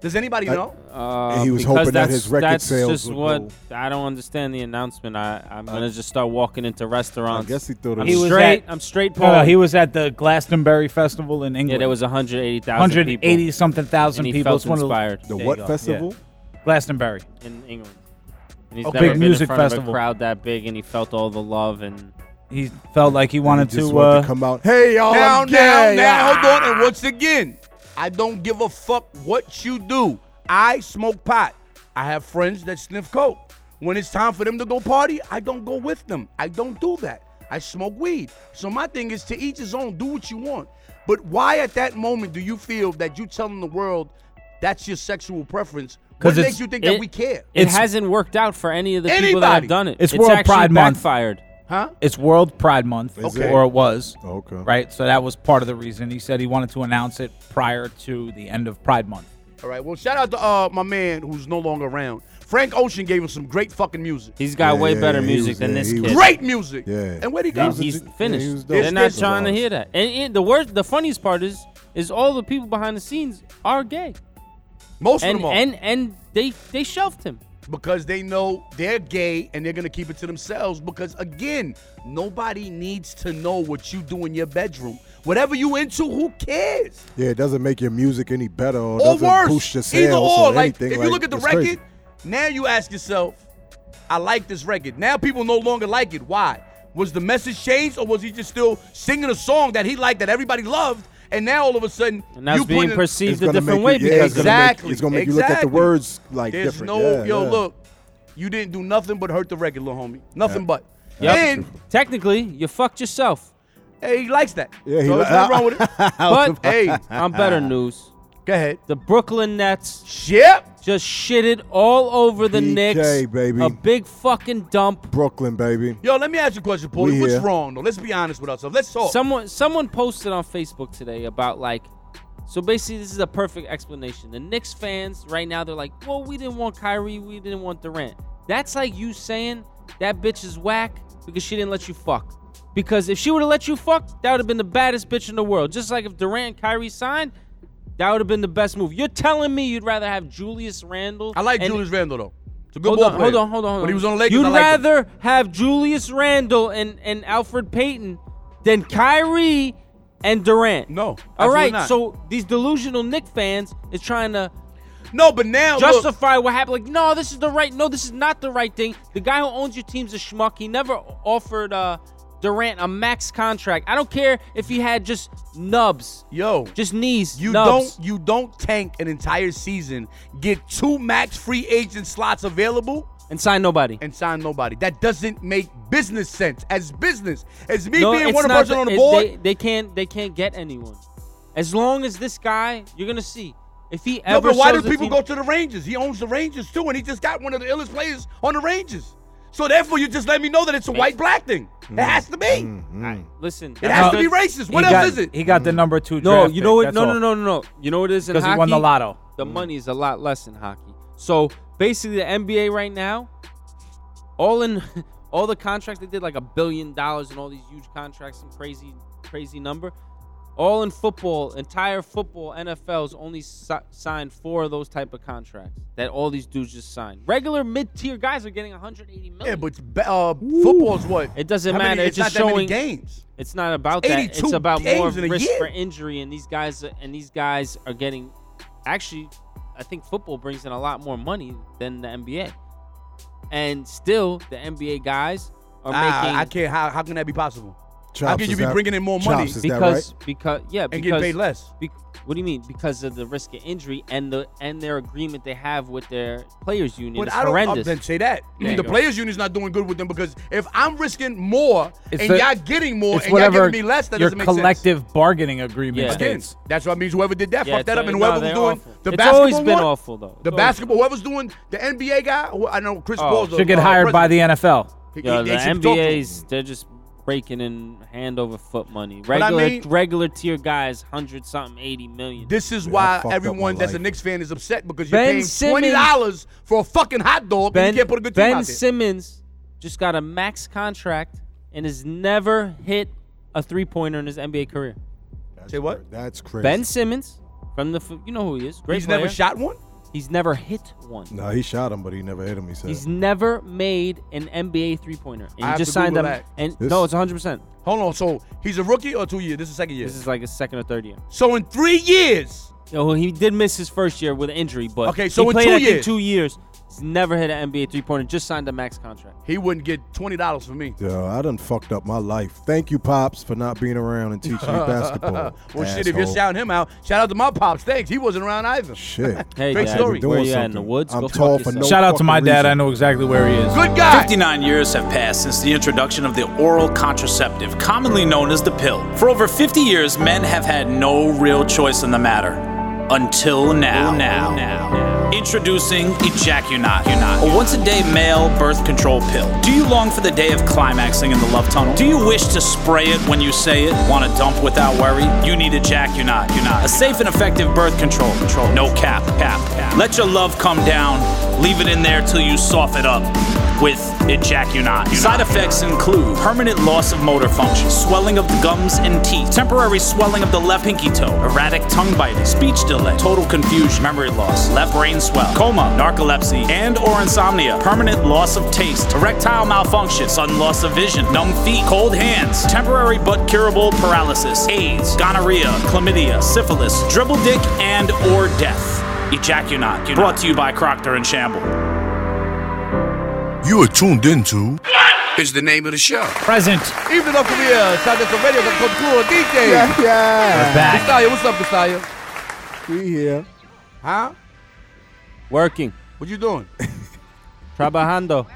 G: Does anybody know?
E: Uh,
C: And he was
E: because
C: hoping that
E: that's-
C: his record
E: that's
C: sales
E: just
C: would
E: what
C: go-
E: I don't understand the announcement. I I'm gonna just start walking into restaurants.
C: I guess he thought it
E: I'm
C: was- He was
E: straight.
F: at-
E: I'm straight.
F: No,
E: Paul.
F: no, he was at the Glastonbury Festival in England.
E: yeah, there was 180,000 people
F: 180 something thousand
E: and he
F: people.
E: felt
F: It's one of
E: inspired
C: The
F: There you
C: what
F: go.
C: festival?
F: Glastonbury.
E: in England. And he's
F: A
E: never
F: big
E: been
F: music
E: in front
F: festival.
E: of a crowd that big, and he felt all the love and
F: He felt like he
C: He
F: wanted
C: just
F: to.
C: wanted
F: Uh,
C: to come out. Hey, y'all.
G: Now,
C: I'm
G: now,
C: gay.
G: now,
C: Ah.
G: hold on. And once again, I don't give a fuck what you do. I smoke pot. I have friends that sniff coke. When it's time for them to go party, I don't go with them. I don't do that. I smoke weed. So my thing is to each his own. Do what you want. But why at that moment do you feel that you telling the world that's your sexual preference? What
F: 'Cause it's-
G: makes you think that
E: It-
G: we care?
E: It
F: It's-
E: hasn't worked out for any of the people that
G: Anybody.
E: have done it.
F: It's World
E: actually
F: Pride Month.
E: backfired.
G: Huh?
F: it's World Pride Month,
C: Okay.
F: or it was.
C: Okay.
F: Right, so that was part of the reason. He said he wanted to announce it prior to the end of Pride Month.
G: All right. Well, shout out to uh, my man who's no longer around. Frank Ocean gave us some great fucking music.
E: He's got
C: Yeah,
E: way
C: yeah,
E: better
C: yeah, he
E: music
C: was-
E: than
C: yeah,
E: this
C: he
E: kid.
C: was-
G: Great music.
C: Yeah.
G: And where'd he
C: He
G: go?
C: was a-
E: He's
C: yeah, he
E: finished.
C: was dope.
E: They're not
G: It's-
E: trying to
C: it's-
E: hear that. And, and the worst, the funniest part is, is all the people behind the scenes are gay,
G: Most of
E: and
G: them are.
E: and and they they shelved him.
G: because they know they're gay and they're gonna keep it to themselves because again nobody needs to know what you do in your bedroom whatever you into who cares
C: Yeah, it doesn't make your music any better or,
G: or
C: doesn't boost your
G: worse
C: sales
G: either or
C: or
G: like
C: anything.
G: if you look at the
C: it's
G: record
C: crazy.
G: now you ask yourself i like this record now people no longer like it why was the message changed or was he just still singing a song that he liked that everybody loved and now all of a sudden
E: And that's
G: you
E: being
G: putting-
E: perceived
C: It's
E: a
C: gonna
E: different
C: make
E: way
C: you- yeah,
E: because
C: it's gonna make-
G: Exactly,
C: it's gonna make you look at the
G: exactly.
C: words like
G: There's
C: different.
G: no
C: Yeah,
G: yo
C: yeah.
G: look, you didn't do nothing but hurt the record, little homie. Nothing but.
E: Yep.
G: And
E: Technically, you fucked yourself.
G: hey, he likes that.
C: Yeah, he
G: so
C: li-
G: there's nothing wrong with it.
E: But
G: Hey,
E: on better news,
G: Go ahead.
E: The Brooklyn Nets
G: Yep.
E: just shitted all over the
C: PK,
E: Knicks.
C: baby.
E: A big fucking dump.
C: Brooklyn, baby.
G: Yo, let me ask you a question, Paulie.
C: We
G: What's
C: here.
G: wrong though? Let's be honest with ourselves. Let's talk.
E: Someone someone posted on Facebook today about like so basically this is a perfect explanation. The Knicks fans right now they're like, "Well, we didn't want Kyrie, we didn't want Durant." That's like you saying that bitch is whack because she didn't let you fuck. Because if she would have let you fuck, that would have been the baddest bitch in the world. Just like if Durant and Kyrie signed, that would have been the best move. You're telling me you'd rather have Julius Randle?
G: I like
E: and-
G: Julius Randle though. It's a good
E: Hold
G: ball
E: on,
G: player.
E: hold on, hold on, hold on.
G: When he was on the Lakers,
E: You'd
G: I liked him.
E: rather have Julius Randle and, and Alfred Payton than Kyrie and Durant.
G: No,
E: All
G: absolutely
E: right.
G: not.
E: So these delusional Nick fans is trying to
G: No, but now look,
E: justify what happened. Like, no, this is the right. No, this is not the right thing. The guy who owns your team's a schmuck. He never offered uh, Durant a max contract. I don't care if he had just nubs,
G: yo,
E: just knees.
G: You
E: nubs.
G: don't you don't tank an entire season, get two max free agent slots available,
E: and sign nobody.
G: and sign nobody. That doesn't make business sense. As business, as me
E: No,
G: being
E: it's
G: one
E: not
G: person
E: the-
G: on the
E: it-
G: board,
E: They, they can't. They can't get anyone. As long as this guy, you're gonna see if he
G: no,
E: ever.
G: but why do
E: sells the
G: people
E: team-
G: go to the Rangers? He owns the Rangers too, and he just got one of the illest players on the Rangers. So therefore, you just let me know that it's a white black thing. It has to be.
E: Mm-hmm. Listen,
G: It has to be
E: that's-
G: racist. What
F: he
G: else
F: got,
G: is it?
F: He
C: Mm-hmm.
F: got the number two.
E: No,
F: draft
E: you know
F: pick,
E: what?
F: that's
E: No,
F: all.
E: no, no, no, no. You know what it is in
F: Because
E: hockey?
F: he won the lotto.
E: The
G: Mm.
E: money is a lot less in hockey. So basically, the NBA right now, all in, all the contracts they did like a billion dollars and all these huge contracts, some crazy, crazy number. All in football, entire football, NFL's only si- signed four of those type of contracts that all these dudes just signed. Regular mid-tier guys are getting 180 million.
G: Yeah, but it's ba- uh, football's what?
E: It doesn't
G: How many-
E: matter, it's
G: It's, not
E: just
G: that many
E: showing-
G: games.
E: It's not about
G: It's
E: that. It's
G: 82
E: about more
G: games in a
E: risk
G: year.
E: for injury, and these guys and these guys are getting. Actually, I think football brings in a lot more money than the NBA, and still the NBA guys are
G: Ah,
E: making
G: I can't. How, how can that be possible?
C: Chops
G: can you
C: is
G: be
C: that-
G: bringing in more
C: Chops
G: money?
C: is that
E: because
C: right?
E: because yeah
G: And
E: because
G: get paid less.
E: Be, what do you mean? Because of the risk of injury and the and their agreement they have with their players union is
G: I don't
E: horrendous.
G: then say that.
E: There you
G: the
E: go.
G: players union's not doing good with them because if I'm risking more
F: It's
G: and
F: the-
G: y'all getting more
F: It's
G: and y'all
F: whatever
G: giving me less, that
F: your
G: doesn't make sense.
F: collective bargaining agreement
E: Yeah.
G: Again,
F: states.
G: that's what means whoever did that
E: Yeah,
G: fucked that
E: it's-
G: up and
E: no,
G: whoever was
E: they're
G: doing
E: awful.
G: the
E: it's
G: basketball
E: always been
G: one,
E: awful though. It's
G: The
E: always-
G: basketball, whoever's doing the NBA guy, who- I know Chris
E: Oh,
G: Paul's
F: Should get
G: uh,
F: hired by the
G: president.
F: NFL.
G: He-
E: Yeah,
G: he-
E: the
G: they should talk to him.
E: NBA's they're just breaking in hand over foot money.
G: I
E: Regular
G: mean-
E: regular tier guys, hundred something, eighty million.
G: This is
C: Yeah, I
G: why
C: fucked up
G: everyone
C: my
G: that's a
C: life.
G: Knicks fan is upset because
E: Ben
G: you're paying twenty dollars for a fucking hot dog and
E: ben
G: you can't put a good team
E: Ben
G: out there.
E: Simmons just got a max contract and has never hit a three pointer in his NBA career.
C: That's
G: Say what?
C: cra- That's crazy.
E: Ben Simmons from the f- you know who he is, great
G: He's
E: player.
G: never shot one.
E: He's never hit one.
C: No, he shot him, but he never hit him. He said.
E: He's never made an NBA three pointer. And
G: I
E: he
G: have
E: just
G: to
E: signed
G: Google
E: up.
G: that.
E: And
C: This-
E: no, it's hundred percent.
G: Hold on, so he's a rookie or two years? This is second year.
E: This is like a second or third year.
G: So in three years,
E: Yo, he did miss his first year with an injury, but
G: Okay, so
E: he
G: in
E: played I
G: two
E: think,
G: years.
E: two years. He's never hit an NBA three pointer. Just signed a max contract.
G: he wouldn't get twenty dollars from me.
C: Yo, I done fucked up my life. Thank you, pops, for not being around and teaching me basketball.
G: well, shit, if
C: asshole.
G: you're shouting him out, shout out to my pops. Thanks, he wasn't around either.
C: Shit.
E: Hey,
G: Great
E: Dad,
G: story.
E: where
C: Doing
E: you at in the
C: something.
E: woods?
C: I'm
E: Go fuck
C: tall for
E: yourself.
C: no-
F: Shout out to my
C: fucking
F: dad. I
C: reason.
F: know exactly where he is.
G: Good guy.
D: 59 years have passed since the introduction of the oral contraceptive, commonly known as the pill. For over 50 years, men have had no real choice in the matter. Until now. now. Introducing Ejaculate, a once a day male birth control pill. Do you long for the day of climaxing in the love tunnel? Do you wish to spray it when you say it? Want to dump without worry? You need Ejaculate, a safe and effective birth control. control. No cap, cap, cap. Let your love come down, leave it in there till you soft it up with Ejaculate. Side effects include permanent loss of motor function, swelling of the gums and teeth, temporary swelling of the left pinky toe, erratic tongue biting, speech delay, total confusion, memory loss, left brain swell, coma, narcolepsy, and or insomnia, permanent loss of taste, erectile malfunction, sudden loss of vision, numb feet, cold hands, temporary but curable paralysis, AIDS, gonorrhea, chlamydia, syphilis, dribble dick, and or death. Ejaculate. Brought to you by Procter and Shamble.
H: You are tuned into. Is the name of the show.
F: Present.
G: Even though Korea, Sabe que Radio con Club DJ.
C: Yeah, yeah.
F: Back.
G: Gustavo, what's up, Gustavo?
C: We here.
G: Huh?
E: Working.
G: What you doing?
E: Trabajando.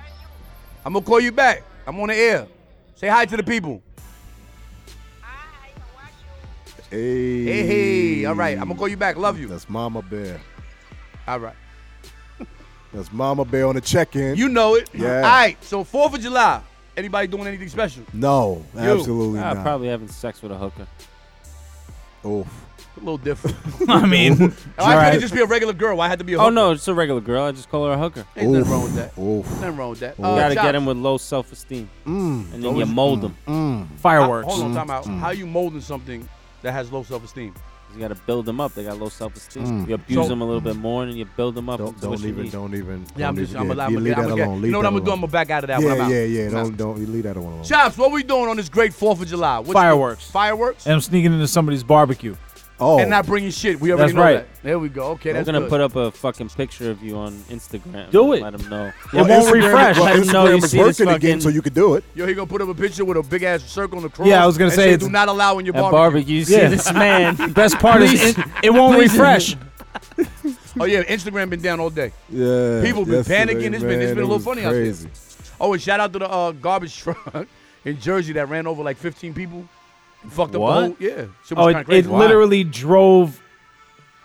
G: I'm gonna call you back. I'm on the air. Say hi to the people.
C: Hey.
G: Hey, hey, Hey, all right. I'm gonna call you back. Love you.
C: That's Mama Bear.
G: All right.
C: That's Mama Bear on the check-in.
G: You know it.
C: Yeah.
G: All right. So Fourth of July. Anybody doing anything special?
C: no, absolutely
E: Ah,
C: not.
E: probably having sex with a hooker.
C: Oof.
G: A little different.
F: I mean,
G: Why couldn't
C: Right.
G: it just be a regular girl? Why had to be a
E: Oh
G: hooker?
E: no, it's a regular girl. I just call her a hooker.
G: Ain't nothing wrong with that.
C: Oof.
G: Nothing wrong with that. Uh,
E: gotta
G: Chops,
E: get him with low self esteem,
C: Mm,
E: and then you mold him.
C: mm.
G: how-
F: fireworks.
G: Hold on, time out.
C: Mm-hmm.
G: How you molding something that has low self-esteem?
E: You gotta build them up. They got low self esteem. You abuse
G: Mm. So-
E: them a little bit more, and then you build them up.
C: Don't,
E: into
C: don't
E: what you
C: even,
E: need.
C: don't even.
G: Yeah, I'm
C: don't
G: just,
C: even- yeah,
G: I'm gonna, I'm
C: you
G: gonna,
C: leave
G: I'm
C: that
G: gonna,
C: alone.
G: you
C: leave
G: know what
C: that
G: I'm gonna do? I'm
C: alone.
G: gonna back out of that when
C: yeah,
G: I'm out.
C: yeah, yeah.
G: Nah.
C: Don't, don't you leave that alone.
G: Chops, what we doing on this great Fourth of July? What's
F: Fireworks.
G: The, fireworks.
F: and I'm sneaking into somebody's barbecue.
C: Oh,
G: And not bringing shit. We already
F: That's
G: know
F: right.
G: that. There we go. Okay,
E: We're
G: that's
E: gonna
G: good.
E: put up a fucking picture of you on Instagram.
F: Do
E: and
F: it.
E: Let them know.
C: well,
F: it won't
C: Instagram-
F: refresh.
C: Well,
E: Let 'em know
C: Instagram
E: you
C: is
E: see this
C: working again,
E: fucking-
C: so you could do it.
G: Yo, he gonna put up a picture with a big ass circle on the cross.
F: Yeah, I was gonna
G: and
F: say
G: say,
F: it's-
G: do not allow in your
E: At
G: barbecue.
E: barbecue, you see
F: Yeah.
E: this man.
F: Best part is it, it won't
E: Please.
F: refresh.
G: Oh yeah, Instagram been down all day.
C: Yeah.
G: People been
C: yesterday,
G: panicking. It's been- it's
C: man,
G: been a
C: it
G: little
C: was
G: funny out there.
C: crazy.
G: Oh, and shout out to the uh, garbage truck in Jersey that ran over like 15 people. and Fucked up
F: What?
G: the whole yeah. Shit was
F: Oh,
G: kinda
F: it,
G: crazy.
F: it literally drove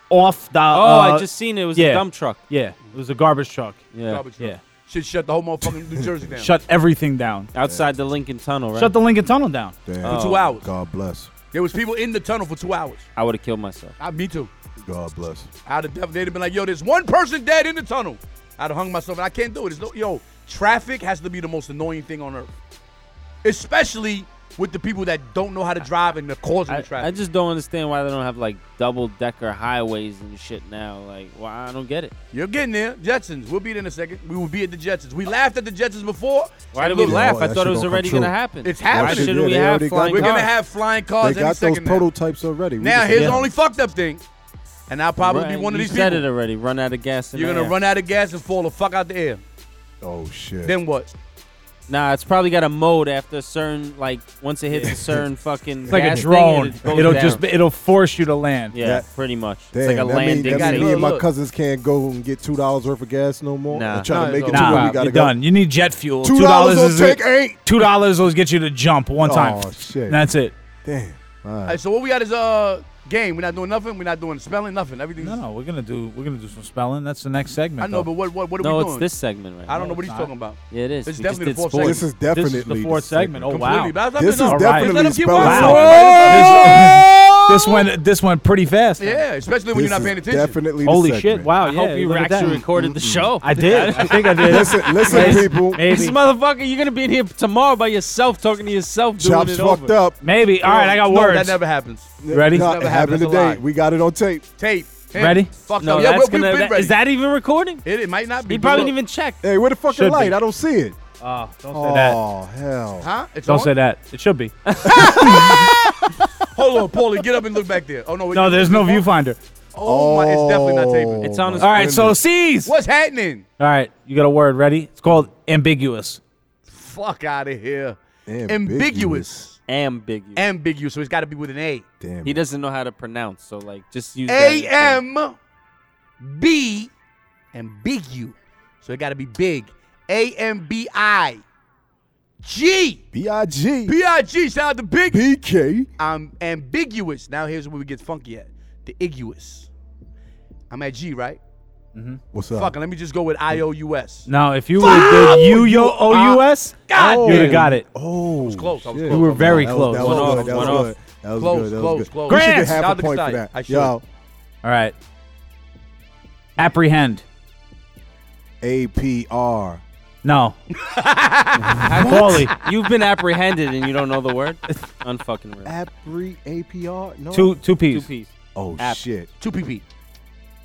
F: off the.
E: Oh,
F: uh,
E: I just seen it. It was
F: yeah.
E: a dump truck.
F: yeah. It was a garbage truck.
E: Yeah,
G: Garbage truck.
F: Yeah.
G: Shit shut the whole motherfucking New Jersey down.
F: Shut everything down.
E: outside the Lincoln Tunnel. Right.
F: Shut the Lincoln Tunnel down.
C: Damn.
G: for
E: Oh.
G: two hours.
C: God bless.
G: There was people in the tunnel for two hours.
E: I would have killed myself.
G: I, me too.
C: God bless.
G: I'd have definitely they'd have been like, yo, there's one person dead in the tunnel. I'd have hung myself. And I can't do it. It's no, yo, traffic has to be the most annoying thing on earth, especially with the people that don't know how to drive and they're causing
E: I,
G: the traffic.
E: I just don't understand why they don't have like double decker highways and shit now. Like, why I don't get it.
G: You're getting there, Jetsons. We'll be there in a second. We will be at the Jetsons. We laughed at the Jetsons before.
E: Why did
G: And
E: we
G: look,
C: Yeah,
E: laugh?
C: well,
E: I
C: that
E: thought it
C: shit
E: was
C: gonna
E: already
C: come
E: gonna
C: true.
E: happen.
G: It's
E: Why
G: happening.
C: shit,
E: shouldn't
C: yeah,
E: we
C: they
E: have
C: already got-
E: flying
G: We're gonna
E: cars?
G: have flying cars
C: they
G: any
C: got
G: second
C: those
G: now.
C: prototypes already. We
G: Now
C: just-
G: here's
F: Yeah.
G: the only fucked up thing, and I'll probably
E: Right,
G: be one of
E: you
G: these
E: said
G: people.
E: it already. Run out of gas. In
G: You're
E: the
G: gonna
E: air.
G: run out of gas and fall the fuck out the air.
C: Oh shit.
G: Then what?
E: Nah, it's probably got a mode after a certain like once it hits a certain fucking.
F: It's like
E: gas
F: a
E: thing,
F: drone.
E: it goes
F: It'll
E: down.
F: just be, it'll force you to land.
E: yeah,
C: That-
E: pretty much.
C: Damn,
E: it's like a
C: that mean,
E: landing.
C: that mean
E: thing.
C: me and my
G: Look.
C: cousins can't go and get two dollars worth of gas no more.
E: Nah.
C: I'm trying
G: Nah,
C: to make it
G: it's
C: to
F: Nah,
C: where
F: you're
C: we gotta
F: done. You need jet fuel.
C: go. Two dollars will
F: is it.
C: take eight.
F: Two dollars will get you to jump one time.
C: Oh shit.
F: That's it.
C: Damn. All
G: All
C: right.
G: right, so what we got is uh game. We're not doing nothing. We're not doing spelling. Nothing. Everything's.
F: No, no, we're gonna do we're gonna do some spelling. That's the next
G: I
F: segment.
G: know,
F: though.
G: but what what what are
E: No,
G: we
E: it's
G: doing?
E: this segment right
G: I don't know
E: now.
G: what he's
F: not.
G: talking about.
E: Yeah, it is.
G: It's
E: We just
G: definitely
E: did
G: the fourth
E: sports.
C: This is
F: this
C: definitely
F: is the fourth segment. Oh wow,
G: Completely. But that's
C: This is
G: nothing else.
C: definitely
G: Let him keep
C: spelling.
G: going.
F: Wow.
G: Let him keep
F: this went this went pretty fast.
G: going. Yeah, especially when
C: This
G: you're not
C: is
G: paying attention.
C: Definitely. the
F: Holy shit!
C: segment.
F: Wow.
E: I
F: yeah,
E: hope you
F: look at
E: actually
F: that.
E: recorded the show.
F: I did. I think I did.
C: Listen, listen,
F: Maybe.
C: people.
F: Maybe.
E: This motherfucker, you're gonna be in here tomorrow by yourself, talking to yourself, doing
C: Chops
E: it
C: fucked
E: over.
C: up.
F: Maybe. All right, I got
G: no,
F: words.
G: That never happens.
F: You ready?
C: No,
G: Never
C: it happened
G: happened. That's a
C: today.
G: lie.
C: We got it on tape.
G: Tape. Hey,
F: Ready?
G: Fucked
E: No,
G: up. Yeah,
E: that's
G: we- we've
E: gonna.
G: been
E: that-
G: ready.
E: is that even recording?
G: It, it might not be.
E: He probably didn't
G: Look.
E: even check.
C: Hey, where the fucking
F: Should be.
C: light? I don't see it.
F: Oh, don't say that.
C: Oh hell.
G: Huh? It's
F: Don't
G: on?
F: say that. It should be.
G: Hold on, Paulie. Get up and look back there. Oh no. it-
F: No, there's no viewfinder.
G: Oh, my, it's definitely not taping.
E: It's on
C: my
E: his-
F: All right, so
C: goodness.
F: C's. All
G: What's happening?
F: right, you got a word. Ready? It's called ambiguous.
G: Fuck out of here.
C: Ambiguous.
G: Ambiguous.
E: Ambiguous.
G: Ambiguous. So it's got to be with an A.
C: Damn.
E: He
C: it.
E: doesn't know how to pronounce, so like just use that
G: A
E: instead.
G: M B and big U. So it got to be big. A M B I G.
C: B.I.G.
G: B I G. Shout out to Big.
C: P.K.
G: I'm ambiguous. Now here's where we get funky at. The iguous. I'm at G, right?
C: What's up?
G: Fuck, let me just go with I O U S.
F: Now, if you would have did U yo O U S,
G: God
F: you'd have
G: damn.
F: got it.
C: Oh,
G: close, I was
C: shit.
G: close.
F: You were very
C: That was- that
F: close.
C: was
E: One off,
C: good, that was
E: one
C: good. That was
G: Close,
C: good, that was
G: close,
C: good.
G: close.
C: We should get
F: Grants!
C: half
G: Shout
C: a
G: out to
C: point for
G: Kasai.
C: that.
G: I should.
C: Yo,
F: All right. Apprehend.
C: A P R.
F: No. Paulie.
E: You've been apprehended and you don't know the word. Unfucking real.
C: Apri A P R. No.
F: Two two
E: Two
F: P's.
E: piece.
C: Oh
E: App.
C: shit.
G: Two PP.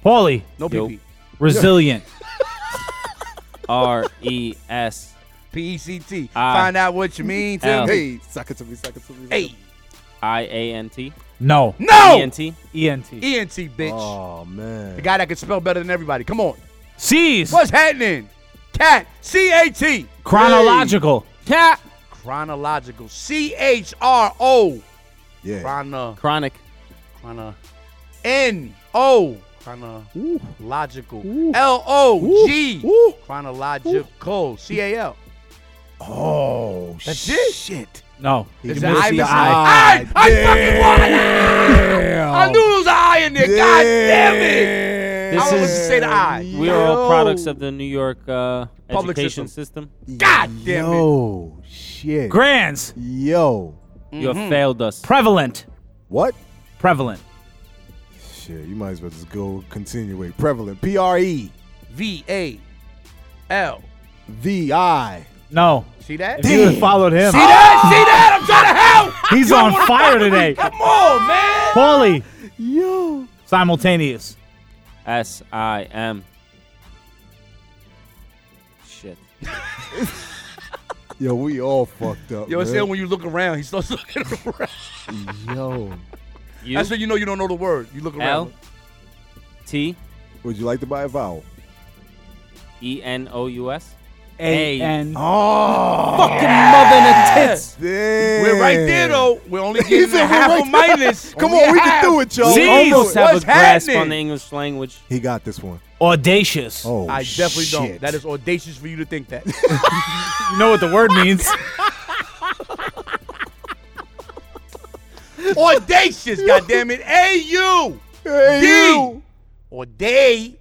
F: Paulie.
G: No
E: Yo.
G: PP.
F: Resilient.
E: R E S
G: P E C T.
E: I-
G: Find out what you mean to
E: Ah. L.
G: me.
C: suck it to me, suck it to me. suck it
G: Um, Hey.
E: I A N T.
F: No.
E: E
G: No!
E: N T.
F: E N T.
G: E N T, bitch.
C: Oh man.
G: The guy that can spell better than everybody. Come on.
F: C's.
G: What's happening? Cat. C A T.
F: Chronological.
E: Cat.
G: Chronological. C H R O.
C: yeah.
G: Chrono.
E: Chronic.
G: Chrono. N O.
C: Ooh.
G: Chronological.
C: Ooh.
G: L O G.
C: Ooh.
G: Chronological. C A L.
C: Oh
G: That's
C: shit.
G: it?
F: No.
C: He
G: It's
C: missed
G: an I
C: the
G: beside-
C: eye.
G: I, I fucking wanted it. I knew it was an I I in there. God damn it.
E: This
C: it!
G: I don't want to
E: is-
G: say the I.
E: We are all products of the New York uh,
G: Public
E: education system.
G: God damn it.
C: Yo, shit.
F: Grands.
C: Yo,
G: Mm-hmm.
E: You have failed us.
F: Prevalent.
C: what?
F: Prevalent.
C: Shit, you might as well just go continue. Prevalent. P R E
G: V A L.
C: V I.
F: No.
G: See that?
F: If you had followed him.
G: See that? See that? I'm trying to help.
F: He's
G: You
F: on
G: wanna
F: fire
G: fuck with me?
F: today.
G: Come on, man.
F: Paulie.
C: Yo.
F: Simultaneous.
E: S I M. Shit.
C: Yo, we all fucked up.
G: Yo, it's
C: man.
G: then when you look around, he starts looking around.
C: Yo.
E: U
G: That's when you know you don't know the word. You look
E: L
G: around.
E: T
C: Would you like to buy a vowel?
E: E N O U S.
F: A
E: A.
F: N.
C: Oh.
F: Fucking mother in a tits.
C: Damn.
G: We're right there though. We're only
C: He
G: getting
C: said we're
G: a half
C: right
G: a
C: there.
G: minus.
C: Come
G: Only
C: on, we can
G: half.
C: do it, yo.
E: We
F: Jeez.
E: almost have
G: What's
E: a grasp on
G: happening?
E: the English language.
C: He got this one.
F: Audacious.
C: Oh,
G: I definitely
C: shit.
G: don't. That is audacious for you to think that.
F: You know what the word means.
G: audacious, goddamn it. A U
C: Hey,
G: D
C: you.
G: or day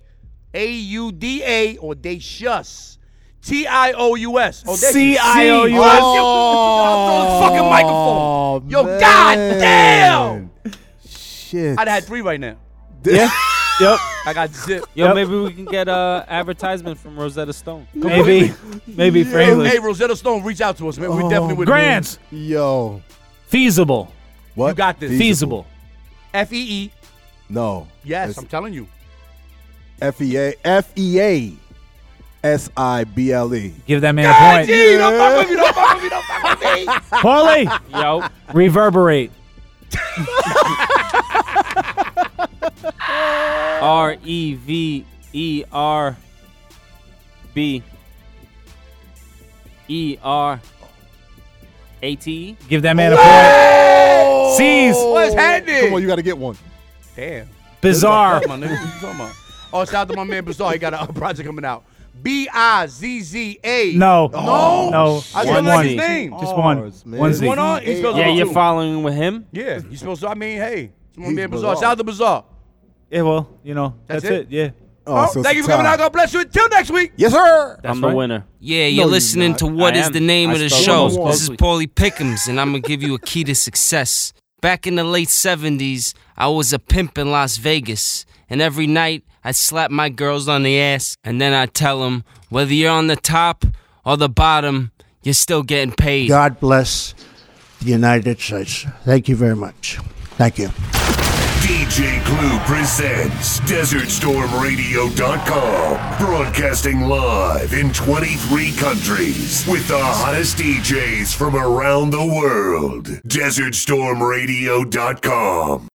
G: A U D A audacious. T I O U S. Audacious.
F: C I O U S.
G: Oh, I'm throwing the fucking microphone. Yo,
C: Oh, man.
G: goddamn.
C: Shit.
G: I'd have had three right now.
F: yeah. Yep.
G: I got zip.
E: Yo,
F: Yep.
E: maybe we can get a advertisement from Rosetta Stone.
F: Maybe. Maybe for
G: Hey,
F: English.
G: Rosetta Stone, reach out to us, man. We
C: Oh,
G: definitely would.
F: Grants.
C: Yo.
F: Feasible.
C: What?
G: You got this.
F: Feasible.
G: F E E.
C: No.
G: Yes,
C: It's
G: I'm telling you.
C: F E A F E A S I B L E.
F: Give that man
G: God,
F: a point.
G: gee, don't fuck with me. Don't fuck with me. Don't fuck with me.
F: Paulie.
E: Yo,
F: Reverberate.
E: R E V E R B E R A T. E.
F: Give that man a point. Seize.
G: What's happening?
C: Come on, you got to get one.
G: Damn.
F: Bizarre.
G: Come on, nigga. What you talking about? Oh, shout out to my man Bizarre. He got a, a project coming out. B I Z Z A.
F: No.
G: No.
F: No.
G: I
F: One,
G: don't like his
F: one.
G: name.
F: Just one.
C: Ours, man.
F: One
C: What's
F: Z.
G: going on? He spells it
E: Yeah,
G: wrong,
E: you're
G: too.
E: following with him.
G: Yeah, you supposed to. I mean, hey, it's my
C: He's
G: man Bizarre.
C: Bizarre.
G: Shout out to Bizarre.
F: Yeah, well, you know,
G: That's
F: that's,
G: it?
F: it. Yeah.
G: Oh,
C: Oh, so it's
G: thank you
C: a
G: for coming
C: tie.
G: out. God bless you. Until next week.
C: Yes, sir.
E: I'm
F: right.
E: the winner.
I: Yeah, you're
C: you're
I: listening
C: not.
I: to What
E: I
I: Is
E: am.
I: the Name
E: I
I: of the
E: spelled
I: Show.
E: almost
I: This is
E: correctly.
I: Paulie Pickums, and I'm going to give you a key to success. Back in the late 70s, I was a pimp in Las Vegas, and every night I'd slap my girls on the ass, and then I'd tell them whether you're on the top or the bottom, you're still getting paid.
J: God bless the United States. Thank you very much. Thank you.
K: DJ Clue presents DesertStormRadio.com. Broadcasting live in 23 countries with the hottest DJs from around the world. DesertStormRadio.com.